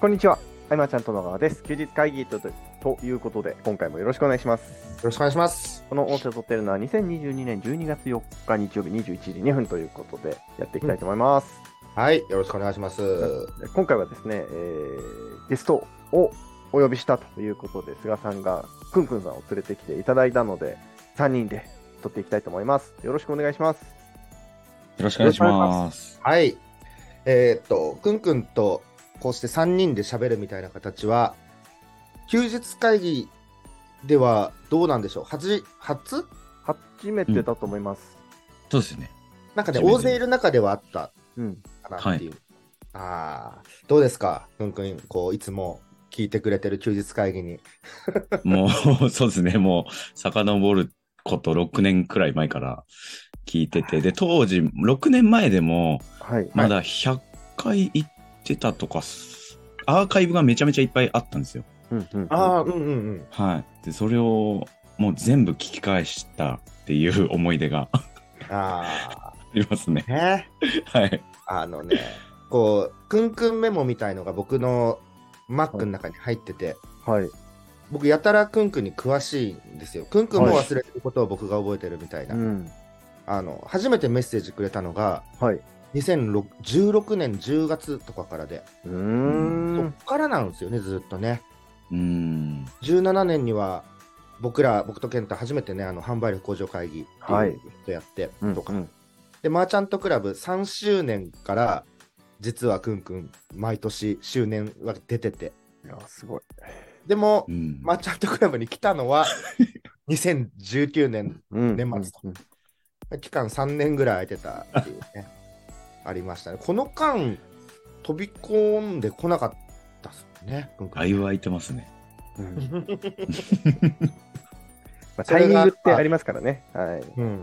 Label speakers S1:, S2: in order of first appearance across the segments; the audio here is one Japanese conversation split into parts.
S1: こんにちは。あいまちゃんと野川です。休日会議ととということで、今回もよろしくお願いします。
S2: ろしくお願いします。
S1: この音声を撮っているのは2022年12月4日日曜日21時2分ということで、やっていきたいと思います。
S2: はい、よろしくお願いします。
S1: で今回はですね、えーゲストをお呼びしたということで、菅さんがくんくんさんを連れてきていただいたので、3人で撮っていきたいと思います。よろしくお願いします。
S3: よろしくお願いします。
S2: はい。えーっと、くんくんとこうして3人で喋るみたいな形は、休日会議ではどうなんでしょう初、初
S1: 初めてだと思います。
S3: そうですよね。
S2: なんかね、
S3: 初
S2: 大
S3: めて
S2: 勢いる中ではあった
S1: うん。
S2: かなっていう。ああ、どうですかくんくん、こう、いつも聞いてくれてる休日会議に。
S3: もう、そうですね。もう、遡ること6年くらい前から聞いてて、で、当時、6年前でも、
S1: はい。
S3: まだ100回行ってたとか、すアーカイブがめちゃめちゃいっぱいあったんですよ。
S1: うんうん、
S2: ああ、うんうんうん。
S3: はい。で、それを、もう全部聞き返したっていう思い出が あ
S2: あ
S3: りますね
S2: あ、。ね。
S3: はい。
S2: あのね、こう、くんくんメモみたいのが僕の Mac の中に入ってて、
S1: はい。
S2: 僕、やたらくんくんに詳しいんですよ。くんくんも忘れてることを僕が覚えてるみたいな。
S1: うん。
S2: あの、初めてメッセージくれたのが、
S1: はい。
S2: 2016年10月とかからで、
S1: うー
S2: そ
S1: ん
S2: っ。からなんですよね、ずっとね。
S3: うーん。
S2: 17年には、僕ら、僕と健太、初めてね、あの、販売力向上会議って
S1: はいいう
S2: ことやって、とか。
S1: うんうん
S2: で、マーチャントクラブ3周年から、実はくんくん、毎年、周年は出てて、
S1: いや、すごい。
S2: でも
S3: う、ん。
S2: マーチャントクラブに来たのは 2019年、
S1: うん
S2: 年末
S1: うん
S2: 期間3年ぐらい空いてたっていう ね、ありましたね。この間、飛び込んでこなかったっすね、今
S3: だ
S2: 回
S3: いぶ空いてますね。
S1: うんまあ
S2: そ
S1: タイ
S2: れ
S1: ミ
S2: が
S1: ングってありますからね。はい。
S2: うん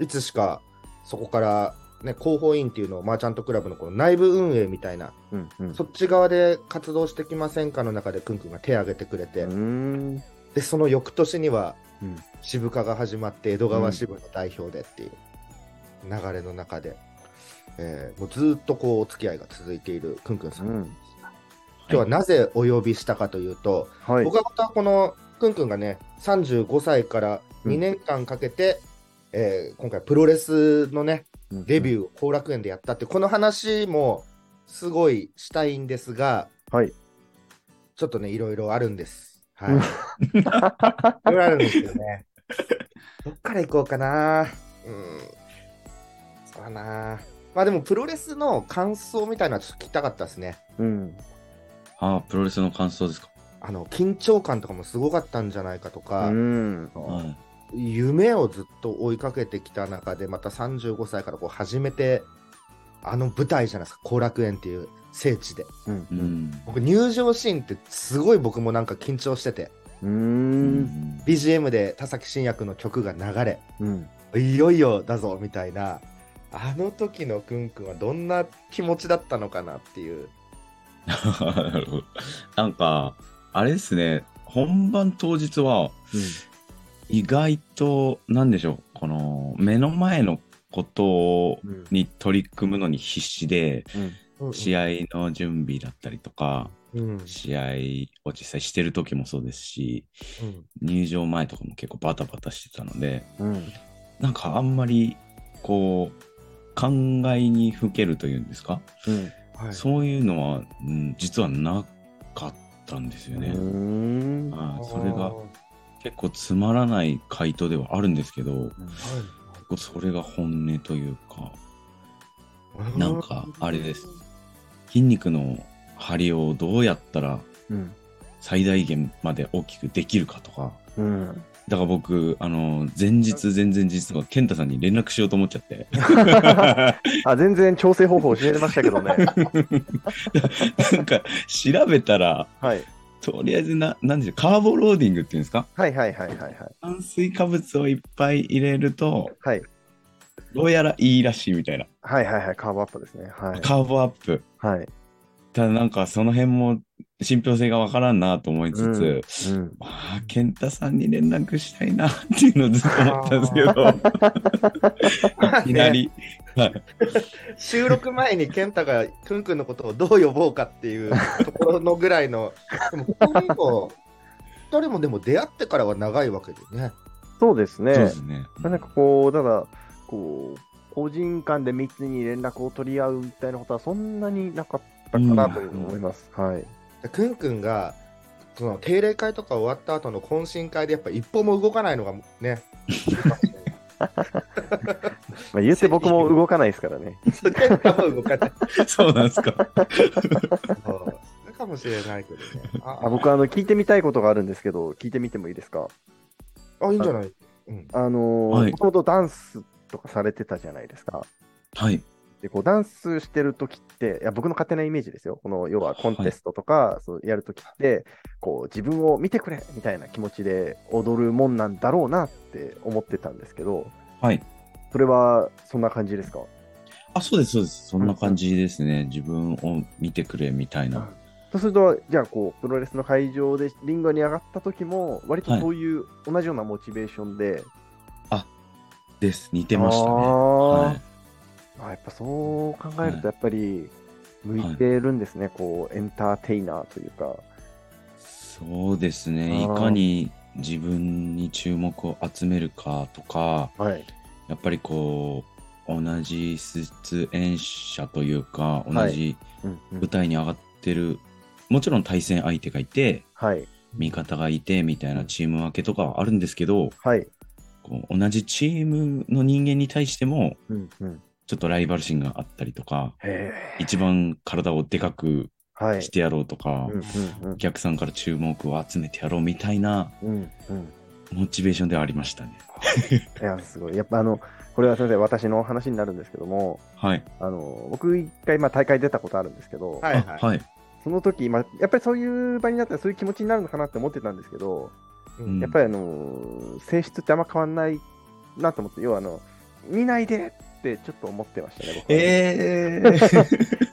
S2: いつしか、そこから、ね、広報委員っていうのをマーチャントクラブのこの内部運営みたいな、
S1: うんうん。
S2: そっち側で活動してきませんかの中でくんくんが手挙げてくれて、
S1: うーん。
S2: で、その翌年には
S1: うん、
S2: 渋化が始まって、江戸川支部の代表でっていう流れの中で、えーもうずーっとこう、お付き合いが続いているくんくんさん。
S1: うん
S2: 今日はなぜお呼びしたかというと、
S1: はい。
S2: 僕はまたこのくんくんがね、35歳から2年間かけて、えー今回プロレスのね、デ
S1: ー。
S2: ビューを後楽園でやったって、この話もすごいしたいんですが、
S1: はい。
S2: ちょっとね、いろいろあるんです。はい。
S1: うん
S2: いろいろあるんですけどね。どっから行こうかな。うん。そうだな。まあでも、プロレスの感想みたいなのはちょっと聞きたかったですね。
S1: うん。
S3: ああ、プロレスの感想ですか。
S2: あの、緊張感とかもすごかったんじゃないかと
S1: う
S2: か、
S1: ん。
S3: はい。
S2: 夢をずっと追いかけてきた中で、また35歳からこう始めて、あの舞台じゃないですか、後楽園っていう聖地で。
S1: う。
S3: うんん。
S2: 僕、入場シーンってすごい僕もなんか緊張してて、
S1: う。
S3: うんん
S2: BGM で田崎真也君の曲が流れ、
S1: うん。
S2: いよいよだぞみたいなあの時のくんくんはどんな気持ちだったのかなっていう
S3: なるほどなんか、あれですね、本番当日は、意外と、なんでしょう、この、目の前のこと
S1: うん。
S3: に取り組むのに必死で、試
S2: 合、
S3: 合の準備だったりと
S2: うん
S3: か、
S2: うん
S3: 試合を実際してる時もそうですし、入場前とかも結構バタバタしてたので、
S1: うん。
S3: なんかあんまり、こう、考えにふけるというんですか、
S1: うん。
S2: はい、
S3: そういうのは、うん実はなかったんですよね。
S1: うん。は
S3: あ
S2: あー
S3: ーそれが結構つまらない回答ではあるんですけど
S2: は
S3: それが本音というか
S2: い
S3: なんかあれです筋肉の張りをどうやったら
S1: うん。
S3: 最大限まで大きくできるかとか
S1: うん。
S3: だから僕あの前日前々日とか健太さんに連絡しようと思っちゃって
S1: あ、全然調整方法教えてましたけどね。
S3: なんか調べたら
S1: はい。
S3: とりあえずななんでしょうカーボローディングっていうんですか
S1: はいはいはいはいはい。
S3: 炭水化物をいっぱい入れると
S1: はい。
S3: どうやらいいらしいみたいな、
S1: はいはいはい。カーブアップですね。はい。
S3: カーボアップ
S1: はい。
S3: ただなんかその辺も信憑性がわからんなと思いつつ、
S1: うん。
S3: まあ健太さんに連 絡したいなっていうのをずっと思ったんですけどいきなりい
S2: 収録前に健太がくんくんのことをどう呼ぼうかっていうところのぐらいの、 でも2人も、2人もでも出会ってからは長いわけでね。
S1: そうですね。
S3: そうですね。
S1: なんかこう、ただ、こう、個人間で密に連絡を取り合うみたいなことはそんなになかったかなというふうに思います。はい。
S2: でくんくんが、その定例会とか終わった後の懇親会でやっぱ一歩も動かないのがね。
S1: まあ、言って僕も動かないですからね。
S2: そう健太も動かない。
S3: そうなんですか。
S2: そうそれかもしれないけどね。あ
S1: あ僕あの、聞いてみたいことがあるんですけど、聞いてみてもいいですか
S2: あ、いいんじゃないうん。
S1: あの
S3: はい
S1: ー、もともとダンスとかされてたじゃないですか。
S3: はい。
S1: でこうダンスしてるときって、いや僕の勝手なイメージですよ、この要はコンテストとか、そうやるときってこう、自分を見てくれみたいな気持ちで踊るもんなんだろうなって思ってたんですけど、
S3: はい。
S1: それはそんな感じですか
S3: あ、そうです、そうです。そんな感じですね。自分を見てくれみたいな。
S1: そうすると、じゃあこう、プロレスの会場でリングに上がったときも、割と
S3: はい
S1: そういう同じようなモチベーションで、
S3: です。似て
S1: あ
S3: ましたね。
S1: ー
S3: はい。
S1: あやっぱそう考えると、やっぱり向いてるんですね、こうエンターテイナーというか。
S3: そうですね。い
S1: あー
S3: かに自分に注目を集めるかとか、
S1: はい、
S3: やっぱりこう、同じ出演者というか、
S1: は
S3: 同
S1: い
S3: じ
S1: うんうん
S3: 舞台に上がってる、もちろん対戦相手がいて、
S1: はい、
S3: 味方がいてみたいなチーム分けとかはあるんですけど、
S1: はい、
S3: こう同じチームの人間に対しても、
S1: うんうん、
S3: ちょっとライバル心があったりとか、
S1: へえ
S3: 一番体をでかく
S1: はい
S3: してやろうとか、
S1: うんうん
S3: お客さんから注目を集めてやろうみたいな
S1: うんうん
S3: モチベーションではありましたね。
S1: いやすごいやっぱあのこれは先生私の話になるんですけども
S3: はい。
S1: あの僕一回まあ大会出たことあるんですけど、
S2: はいはい
S3: あはい。
S1: その時まあやっぱりそういう場になったらそういう気持ちになるのかなって思ってたんですけど、
S3: うん
S1: やっぱりあの性質ってあんま変わんないなと思って要はあの見ないでってちょっと思ってましたね僕は
S3: え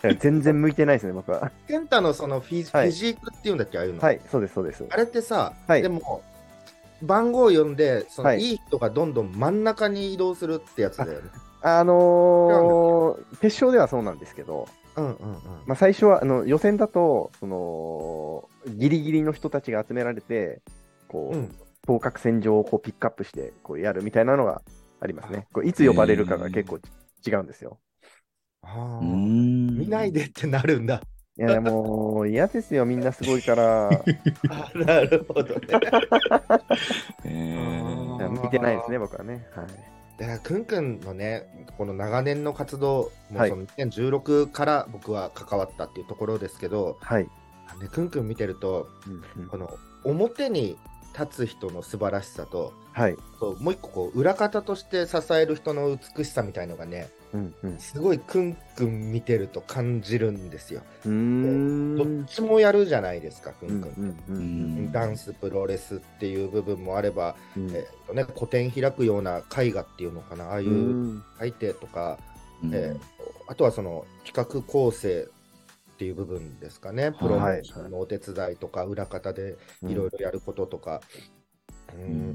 S3: ー、
S1: 全然向いてないですね僕は
S2: 健太のそのフィジ,、
S1: はい
S2: フィジークっていうんだっけああいうの。
S1: はいそうですそうです
S2: あれってさ、
S1: はい
S2: でも番号を読んでその、
S1: はい
S2: い、い人がどんどん真ん中に移動するってやつだよね。
S1: あのー決勝ではそうなんですけど
S2: うんうんうん。
S1: まあ、最初はあの予選だとそのギリギリの人たちが集められてこう、
S2: うん
S1: 当確線上をこうピックアップしてこうやるみたいなのがありますね。こういつ呼ばれるかが結構違うんですよ。
S2: あ
S3: う
S2: ー
S3: ーん
S2: 見ない。でってなるんだ。
S1: いやいやもう嫌ですよみんなすごいから。い
S2: あなるほ どね。
S3: えー
S1: や見てないですね僕はね。はい。
S2: だからくんくんのね、この長年の活動、も
S1: は
S2: う
S1: い
S2: その2016から僕は関わったっていうところですけど、
S1: はい。
S2: ね、くんくん見てると、この表に立つ人の素晴らしさと、
S1: はい。
S2: そうもう一個こう裏方として支える人の美しさみたいのがね、
S1: うんうん。
S2: すごいくんくん見てると感じるんですよ。
S1: うー
S2: ど
S1: ん
S2: っちもやるじゃないですか、く
S1: うん
S2: ん
S1: う
S2: くん。
S1: んうん
S2: ダンス、プロレスっていう部分もあれば、
S1: うん
S2: えっとね、個展開くような絵画っていうのかな、ああいううん背景とか、
S3: うん
S2: えーあとはその企画構成っていう部分ですかね、プロモーションのお手伝いとか、裏方でいろいろやることとか、うん
S3: ん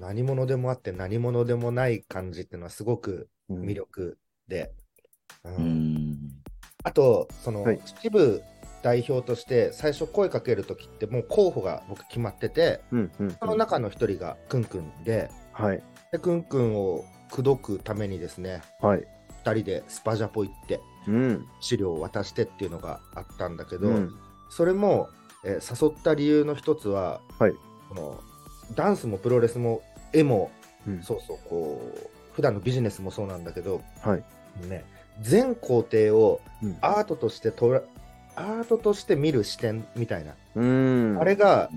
S2: 何者でもあって何者でもない感じっていうのはすごく
S1: うん
S2: 魅力で。うん
S3: うん
S2: あと、その、
S1: はい
S2: 支部代表として最初声かけるときってもう候補が僕決まってて、
S1: うんうん
S2: その中の一人がくんくんで、
S1: はい
S2: でくんくんを口説くためにですね、
S1: はい。
S2: 二人でスパジャポ行って
S1: うん。
S2: 資料を渡してっていうのがあったんだけど、
S1: うん
S2: それも、えー誘った理由の一つは、
S1: はい
S2: このダンスもプロレスも絵も、
S1: うん
S2: そうそうこう普段のビジネスもそうなんだけど、
S1: はい
S2: ね、全工程を
S1: うん
S2: アートとしてとらアートとして見る視点みたいな、
S1: うん。
S2: あれが、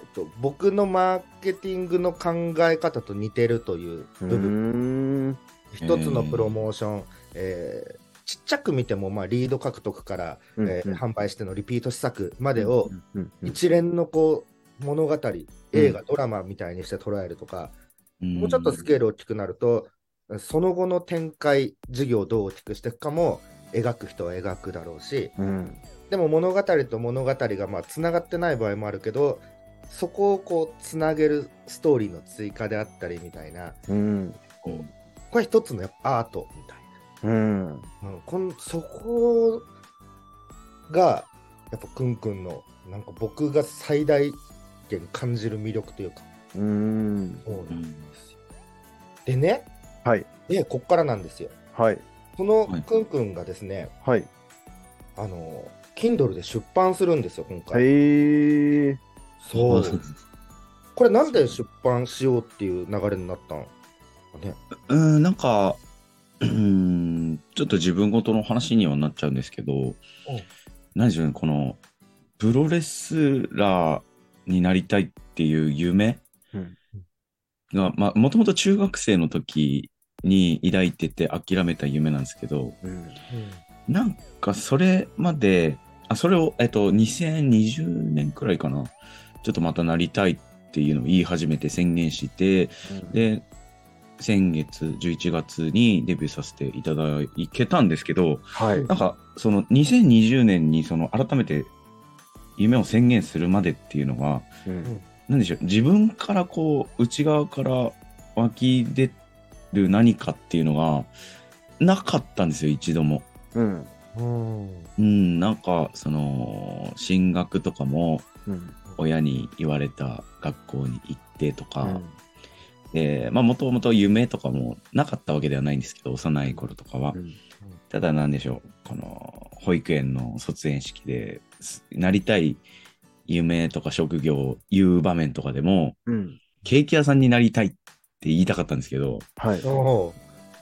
S2: えっと、僕のマーケティングの考え方と似てるという
S1: う
S2: 部分、
S1: ーん
S2: 一つのプロモーション、えーちっちゃく見ても、まあ、リード獲得から、
S1: うん
S2: えー
S1: うん
S2: 販売してのリピート施策までを
S1: うんうんうん
S2: 一連のこう物語、映画、ドラマみたいにして捉えるとか、もうちょっとスケール
S3: ル。
S2: 大きくなると、その後の展開、事業をどう大きくしていくかも描く人は描くだろうし、
S1: うん
S2: でも物語と物語がまあつながってない場合もあるけど、そこをこうつなげるストーリーの追加であったりみたいな、
S1: うん
S2: こうこは一つのやっぱアートみたい
S1: うん。
S2: な、うん、こんそこがやっぱくんくんのなんか僕が最大限感じる魅力というか
S1: うん。
S2: そう
S3: う
S2: なんで
S3: ん
S2: すよでね
S1: はい
S2: でこっからなんですよ
S1: はい。
S2: この
S3: はい
S2: くんくんがですね、
S1: はい。
S2: あの Kindle で出版するんですよ今回、
S1: へえ。
S2: そ
S3: あそう
S2: う
S3: です
S2: これなんで出版しようっていう流れになったのね
S3: うん、なんか、うん、ちょっと自分ごとの話にはなっちゃうんですけど、何でしょうね、この、プロレスラーになりたいっていう夢
S1: うん
S3: が、まあ、もともと中学生の時に抱いてて諦めた夢なんですけど、
S1: うん。
S3: なんかそれまで、あ、それを、えっと、2020年くらいかな、ちょっとまたなりたいっていうのを言い始めて宣言して、で、先月、11月にデビューさせていただけたんですけど、
S1: はい。
S3: なんか、その2020年に、その改めて夢を宣言するまでっていうのが、
S1: うん
S3: なんでしょう、自分からこう、内側から湧き出る何かっていうのが、なかったんですよ、一度も。
S1: うん。
S2: うん
S3: うん、なんか、その、進学とかも、
S1: うん。
S3: 親に言われた学校に行ってとか、で、まあ、もともと夢とかもなかったわけではないんですけど、幼い頃とかは
S1: う。ん
S3: ただ、なんでしょう、この、保育園の卒園式で、すなりたい夢とか職業を言う場面とかでも、
S1: うん。
S3: ケーキ屋さんになりたいって言いたかったんですけど、
S1: はい。
S2: お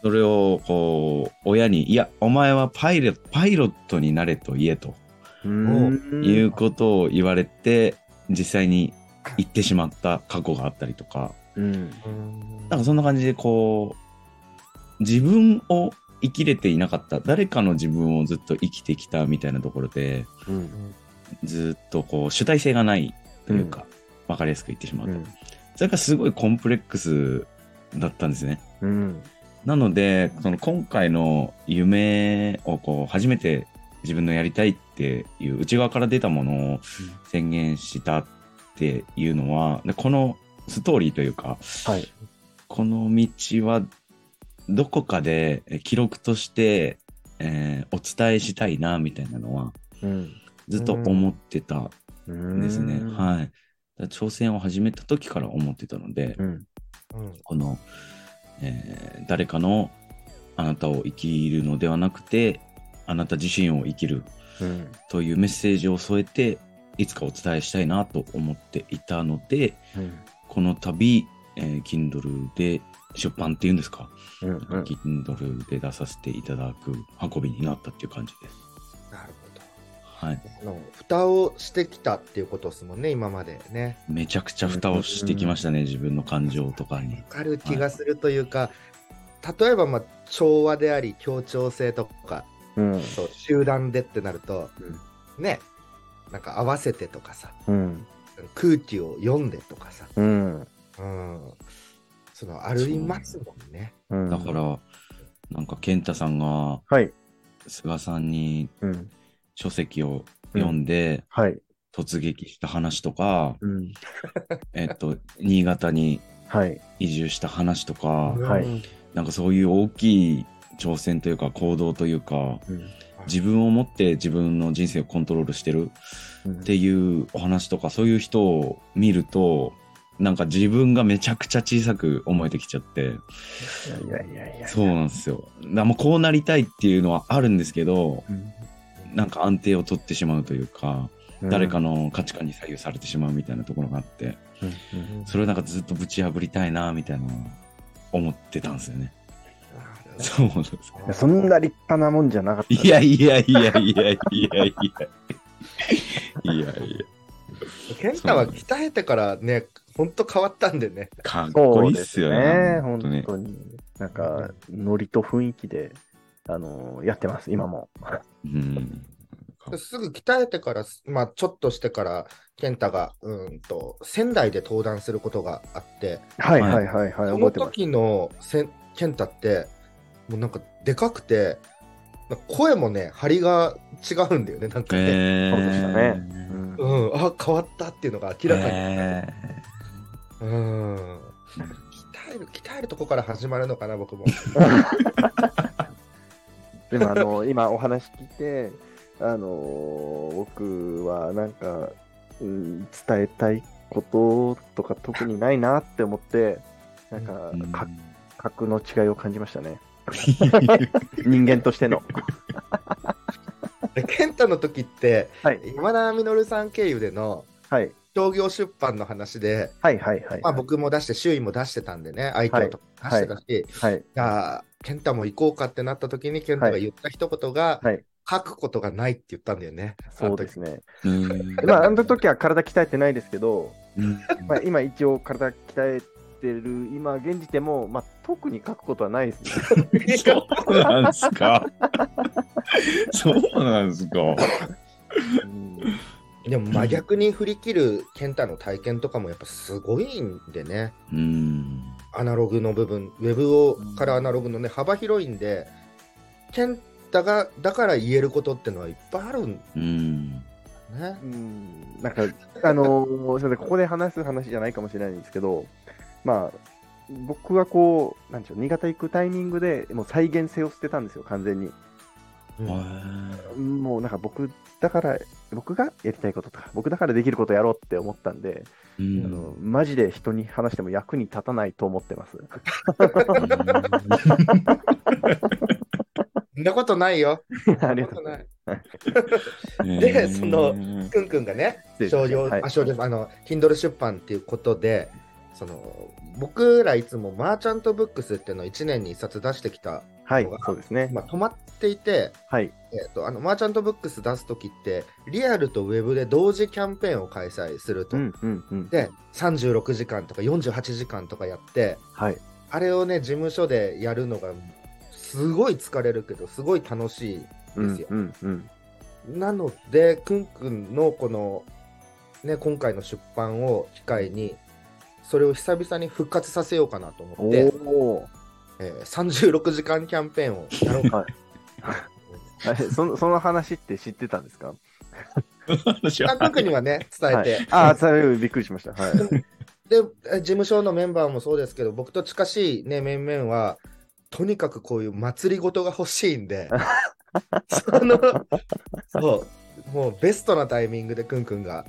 S3: それを、こう、親に、いや、お前はパイロパイロットになれと言えと
S1: うん
S3: いうことを言われて、実際に行ってしまった過去があったりとか、
S1: うん。
S3: なんかそんな感じでこう自分を生きれていなかった誰かの自分をずっと生きてきたみたいなところで
S1: うん。
S3: ずっとこう主体性がないというか、分かりやすく言ってしまう
S1: う
S3: と、
S1: ん。
S3: それがすごいコンプレックスだったんですね
S1: うん。
S3: なのでその今回の夢をこう初めて自分のやりたいっていう内側から出たものを宣言したっていうのはでこのストーリーというか
S1: はい。
S3: この道はどこかでえ記録として、えーお伝えしたいなみたいなのは
S1: うん。
S3: ずっと思ってた
S1: うん
S3: んですね。
S1: い。
S3: はい。だから挑戦を始めた時から思ってたので、
S1: うん。
S3: この、えー誰かのあなたを生きるのではなくて、あなた自身を生きる
S1: うん。
S3: というメッセージを添えて、いつかお伝えしたいなと思っていたので、
S1: うん。
S3: この度、えー Kindle で出版っていうんですか、
S1: うん。うん
S3: Kindle で出させていただく運びになったっていう感じです。
S2: なるほど
S3: はい。
S2: あの蓋をしてきたっていうことですもんね今までね
S3: めちゃくちゃ蓋をしてきましたね、自分の感情とかに
S2: わ。かる気がするというか、例えばまあ調和であり協調性とか
S1: うん。
S2: そう集団でってなると、ねなんか合わせてとかさ
S1: うん。
S2: 空気を読んでとかさ、
S1: うん。
S2: うん、そのありますもんね。
S1: うん。
S3: だから、なんか健太さんが
S1: はい。
S3: 菅さんに
S1: うん。
S3: 書籍を読んで
S1: はい。
S3: 突撃した話とか、
S1: うん。
S3: えっと、新潟に
S1: はい。
S3: 移住した話とか、
S1: んはい
S2: うん
S3: なんかそういう大きい挑戦というか行動というか、
S1: うん。
S3: 自分を持って自分の人生をコントロールしてる
S1: うん
S3: っていうお話とかそういう人を見るとなんか自分がめちゃくちゃ小さく思えてきちゃって
S1: いやいやいや。
S3: そうなんですよだからもうこうなりたいっていうのはあるんですけど
S1: うん。
S3: なんか安定を取ってしまうというか誰か
S1: の。
S3: の価値観に左右されてしまうみたいなところがあって
S1: うん
S3: それをなんかずっとぶち破りたいなみたいな思ってたんですよねそうなんです
S1: いやそんな立派なもんじゃなかった。
S3: いやいやいやいやいやいやいやいやいや
S2: 健太は鍛えてからね、ほんと変わったんでね。
S3: かっ
S1: そ
S3: こ
S1: う
S3: いい
S1: で
S3: っ
S1: す
S3: すよ
S1: ね
S3: ね。
S1: 本当に。なんか、ノリと雰囲気で、あのーやってます、今も。
S3: うん
S2: すぐ鍛えてから、まあ、ちょっとしてから、健太がうーんと仙台で登壇することがあって、
S1: はいはいはいはい、
S2: そ
S1: 覚え
S2: の
S1: てます。
S2: 時のせん健太って、もうなんかでかくて、なんか声もね、張りが違うんだよね、なんかね。
S3: え
S1: そうでしたねう
S3: ね。
S1: ん
S2: うん、あ変わったっていうのが明らかに。
S3: え
S2: うん鍛鍛える、鍛えるとこから始まるのかな、僕も。
S1: でもあの今お話聞いて、あのー僕はなんか、うん、伝えたいこととか特にないなって思って、なんか
S3: うん
S1: か格の違いを感じましたね。人間として の。
S2: で健太の時って、
S1: はい
S2: 山田稔さん経由での
S1: はい
S2: 商業出版の話で、
S1: はいはいはい。
S2: まあ、僕も出して、周囲も出してたんでね、相手とか出してたし、
S1: はい。
S2: じゃあ、健太も行こうかってなった時に、健太が言った一言が、
S1: はい
S2: 書くことがないって言ったんだよね。
S1: そうですね。
S3: うん
S1: まあ、あの時は体鍛えてないですけど、
S3: うん
S1: まあ、今一応体鍛えてる、今現時点も、まあ、特に書くことはない ですね。
S3: そうなんですか。そうなんですか。
S1: うん
S2: でも真逆に振り切る健太の体験とかもやっぱすごいんでね、
S3: うん。
S2: アナログの部分、ウェブをからアナログのね、幅広いんで、健太がだから言えることってのはいっぱいあるん
S3: うん。
S2: だね
S1: う。んなんか、あのー、すいませんここで話す話じゃないかもしれないんですけど、まあ、僕はこう、なんでしょう、新潟行くタイミングで、もう再現性を捨てたんですよ、完全に。
S2: うん
S1: もうなんか僕だから、僕がやりたいこととか、僕だからできることやろうって思ったんで、あ
S3: うん。
S1: のマジで人に話しても役に立たないと思って ます。
S2: そんなことないよ。
S1: ありがとうござい
S2: でその
S3: うん
S2: くんくんがね、
S1: ます。
S2: 少量、
S1: はい
S2: あ少量あの Kindle 出版っていうことでその僕らいつもマーチャントブックスっていうのを1年に1冊出してきた、
S1: はい、そうですね。
S2: まあ、止まっていて、
S1: はい、
S2: えっとあのマーチャントブックス出す時ってリアルとウェブで同時キャンペーンを開催すると、
S1: うんうんうん。
S2: で36時間とか48時間とかやって
S1: はい、
S2: あれをね事務所でやるのがすごい疲れるけどすごい楽しい
S1: うんうんうん。
S2: なので、くんくんのこの、ね、今回の出版を機会に、それを久々に復活させようかなと思
S1: お
S2: って、
S1: お
S2: えー36時間キャンペーンをやろうか。
S1: ー。あれ そのその話って知ってたんですか
S3: 話は
S2: あくんくんにはね、伝えて。
S1: はい、ああ、それびっくりしました。はい。
S2: で、えー事務所のメンバーもそうですけど、僕と近しいね、面々は、とにかくこういう祭りごとが欲しいん で、その、そう、もうベストなタイミングでくんくんが、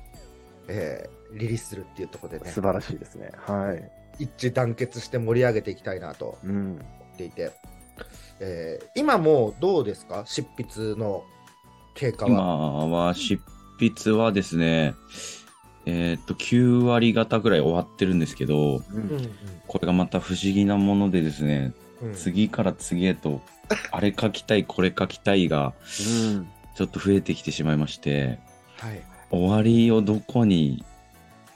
S2: えーリリースするっていうところでね
S1: 素。晴らしいですね。はい。
S2: 一致団結して盛り上げていきたいなと
S1: うん。
S2: 思っていて、えー今もうどうですか執筆の経過は。
S3: 今は執筆はですね、えーっと、9割方ぐらい終わってるんですけど、
S1: う
S2: うん
S1: ん、
S3: これがまた不思議なものでですね、
S2: うんうん
S3: 次から次へと、 あれ書きたい、これ書きたいが、
S1: うん
S3: ちょっと増えてきてしまいまして、
S2: はい、
S3: 終わりをどこに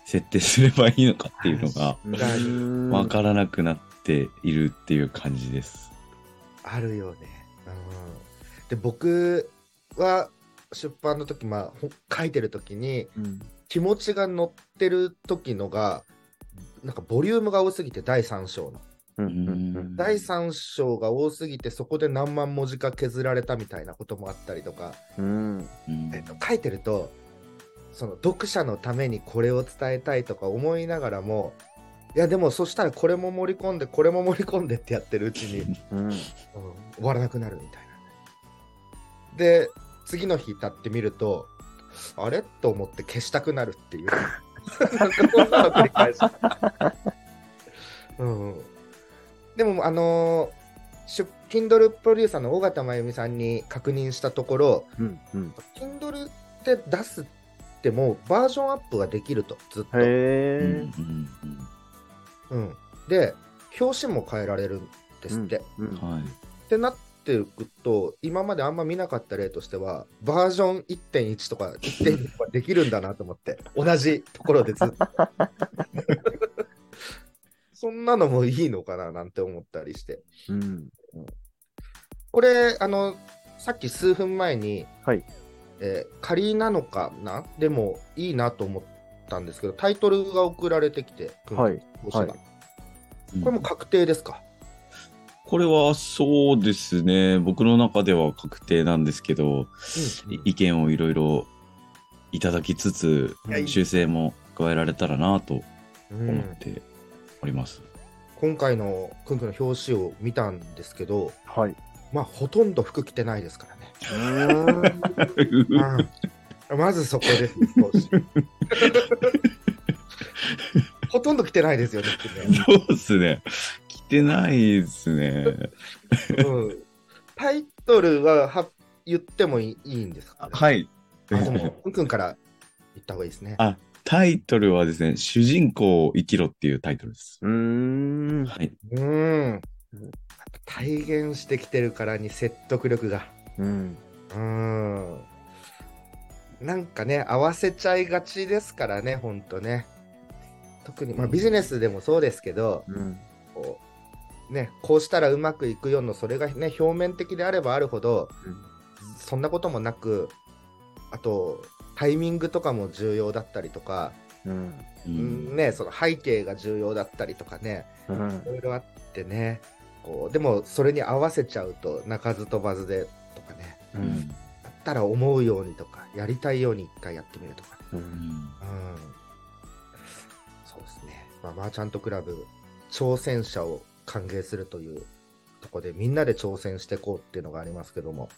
S3: 設定すればいいのかっていうのが
S1: うん
S3: 分からなくなっているっていう感じです。
S2: あるよね。うん、で僕は出版の時、まあ、ほ書いてる時に
S1: うん
S2: 気持ちが乗ってる時のがなんかボリュームが多すぎて第3章の。
S1: うう
S3: うん
S1: んうん
S2: 第3章が多すぎてそこで何万文字か削られたみたいなこともあったりとか。
S1: うん
S3: うん
S2: えっと、書いてるとその読者のためにこれを伝えたいとか思いながらもいやでもそしたらこれも盛り込んでこれも盛り込んでってやってるうちに、うん
S1: うん
S2: 終わらなくなるみたいな。で次の日経ってみるとあれと思って消したくなるっていう なんかこんなの繰り返し、うんうん、でもあのー出 Kindle プロデューサーの尾形真由美さんに確認したところ、
S1: うんうん。
S2: Kindle って出すってもうバージョンアップができるとずっと、
S1: へ
S3: うんう
S1: え。
S3: ん
S2: うん、で表紙も変えられるんですって、っ
S1: うん
S3: うんはい
S2: てなっていくと今まであんま見なかった例としてはバージョン1.1とか1.2とかできるんだなと思って 同じところでずっとそんなのもいいのかななんて思ったりして
S1: うん
S2: これあのさっき数分前に、
S1: はい
S2: えー仮なのかなでもいいなと思ったんですけどタイトルが送られてきて、、
S1: はいい。
S2: どうしたの
S1: は
S3: うん
S2: これも確定ですか、
S3: これはそうですね、僕の中では確定なんですけど、い意見をいろいろいただきつつ
S2: いやい、い
S3: 修正も加えられたらなと
S2: うん
S3: 思っております。
S2: 今回のくんくんの表紙を見たんですけど、
S1: はい。
S2: まあ、ほとんど服着てないですからね。うんまずそこです、 表紙ほとんど着てないですよね、服ね
S3: そうっすね。着てないっすね。
S2: うんタイトルはは言ってもいいいいんですか、ね、
S3: はい。
S2: あでも、くんくんから言った方がいいですね。
S3: あタイトルはですね、主人公を生きろっていうタイトルです。
S1: うーん。
S3: はい。
S2: うん。体現してきてるからに説得力が。
S1: うん。
S2: うん。なんかね、合わせちゃいがちですからね、ほんとね。特に、まあ、ビジネスでもそうですけど、
S1: うん。
S2: こうね、こうしたらうまくいくよの、それがね、表面的であればあるほど、そんなこともなく、あと、タイミングとかも重要だったりとか、
S1: うん。
S3: うん
S2: ね、その背景が重要だったりとかね、
S1: うん
S2: い。ろいろあってねこうでもそれに合わせちゃうと鳴かず飛ばずでとかね
S1: う。
S3: うんん
S2: だったら思うようにとかやりたいように一回やってみるとかね
S1: うん
S2: うんそうですね、まあ、マーチャントクラブ挑戦者を歓迎するというとこでみんなで挑戦していこうっていうのがありますけども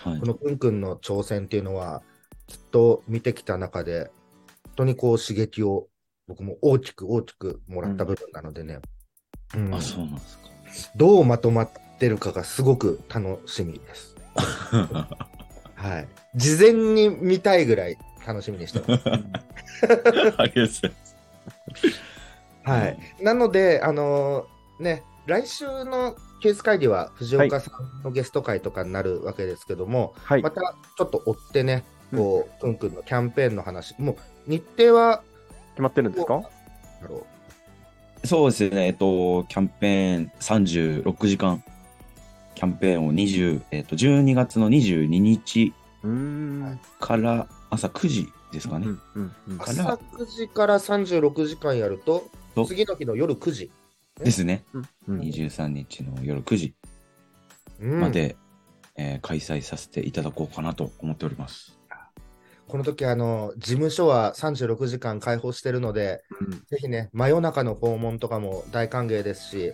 S3: はい
S2: このくんくんの挑戦っていうのはずっと見てきた中で本当にこう刺激を僕も大きく大きくもらった部分なのでね、うん
S3: あ、そうなんです
S2: どうまとまってるかがすごく楽しみです。
S3: か。
S2: はい。事前に見たいぐらい楽しみにしてます。
S3: ありがとうございます。
S2: はい。なので、あのーね、来週のケース会議は藤岡さんのゲスト会とかになるわけですけども、
S1: はい
S2: ま。たちょっと追ってね、こう、くんくんのキャンペーンの話、もう日程は、
S1: 決まってるんですか
S2: なんだろ
S3: そうですね、えっと、キャンペーン36時間、キャンペーンを20、えっと、12月の22日
S1: うーん。
S2: はい
S3: から朝9時ですか
S1: う
S3: ね。
S1: ん。うん。うん
S2: う
S3: かな
S2: 朝9時から36時間やると
S3: と、
S2: 次の日の夜9時。
S3: ですね。
S1: うん
S3: 23日の夜9時
S2: うん
S3: まで、えー開催させていただこうかなと思っております。
S2: この時あの事務所は36時間開放してるので、
S1: うん
S2: ぜひね、真夜中の訪問とかも大歓迎ですし、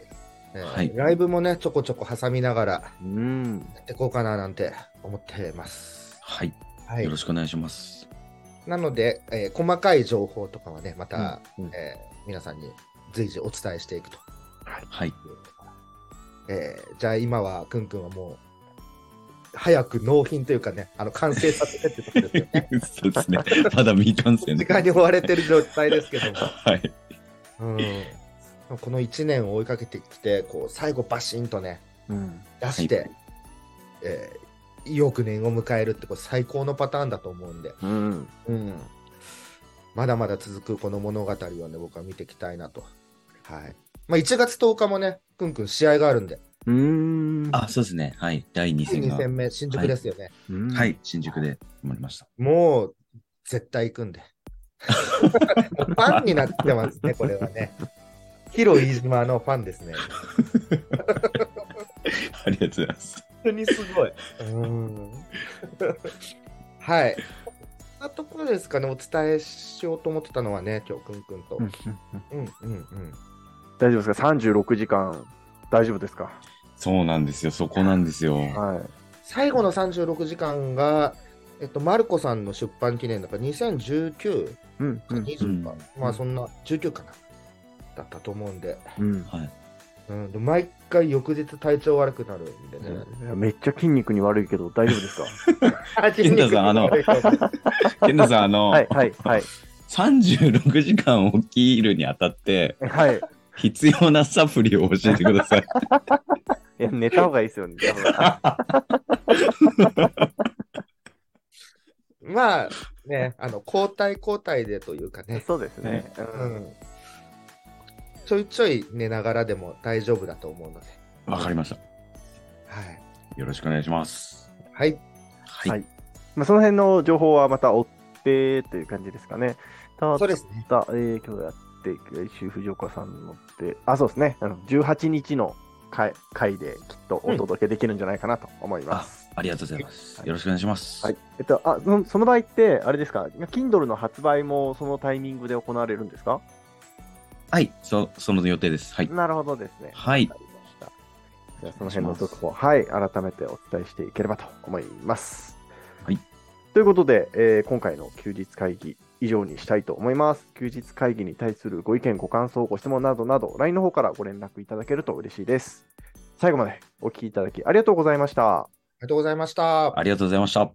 S2: ね
S3: はい
S2: ライブもね、ちょこちょこ挟みながら
S1: うん。
S2: やっていこうかななんて思ってます。
S3: はい、
S2: はい
S3: よろ、しくお願いします。
S2: なので、えー細かい情報とかはね、また、
S1: うんうん
S2: えー皆さんに随時お伝えしていくと
S3: はい。。
S2: いうところ。えーじゃあ今は、くんくんはもう、早く納品というかね、あの完成させてってところですよね
S3: そうですね。まだ未完成
S2: 時
S3: で。
S2: 間に追われてる状態ですけども。
S3: はい。
S2: うん、この1年を追いかけてきてこう最後バシンとね
S1: うん。
S2: 出して、えー、よく年を迎えるってこう最高のパターンだと思うんで、
S1: うん。
S2: うん、まだまだ続くこの物語をね僕は見ていきたいなと、はいまあ、1月10日もねくんくん試合があるんで
S1: うーん。
S3: あ、そうですね。はい。第2戦
S2: 2
S3: が。
S2: 戦目新宿ですよね、
S1: うん
S3: は。い。新宿で生まれました。
S2: もう絶対行くんでもうファンになってますねこれはね広飯島のファンですね
S3: ありがとうございます。
S2: 本当にすごい。うん。はい。そんなところですかね、お伝えしようと思ってたのはね、今日くんくんと。
S1: うんうん
S2: うんうんうん。
S1: 大丈夫ですか ?36 時間、大丈夫ですか
S3: そうなんですよ。そこなんですよ。
S1: は
S2: 最後の36時間が、えっと、マルコさんの出版記念だから2019
S1: い。うん。
S2: か
S1: うん。
S2: 20か、
S1: ん
S2: まあそんな19かな、だったと思うんで、
S1: うん
S3: はい。
S2: うん、で毎回翌日体調悪くなるんでね。
S1: いやめっちゃ筋肉に悪いけど大丈夫ですか
S2: あ
S3: 健太さんあの健太 さん、あの、
S1: はいはいはい
S3: 36時間を起きるにあたって、
S1: はいい
S3: 必要なサプリを教えてください。
S1: や寝た方がいいで すよね多分
S2: まあね、あの交代交代でというかね、
S1: そうですね、
S2: う
S1: うん
S2: んちょいちょい寝ながらでも大丈夫だと思うので。
S3: わかりました。
S2: はい。
S3: よろしくお願いします。
S2: はい。
S3: はい。
S1: はいまあ、その辺の情報はまた追ってという感じですかねた
S2: そう
S1: だ、
S2: ですね。
S1: えー今日やって来週藤岡さんのってあそうですねあの18日の回回できっとお届けできるんじゃないかなと思います、
S3: ありがとうございます。よろしくお願いします。
S1: はい。えっと、あそのその場合って、あれですか、Kindle の発売もそのタイミングで行われるんですか
S3: はい、そその予定です。はい。
S1: なるほどですね。
S3: はい
S1: わかりました。じゃあその辺の続報、はい、改めてお伝えしていければと思います。
S3: はい。
S1: ということで、えー今回の休日会議、以上にしたいと思います。休日会議に対するご意見、ご感想、ご質問などなど、LINE の方からご連絡いただけると嬉しいです。最後までお聞きいただきありがとうございました。
S2: りがとうございました。
S3: ありがとうございました。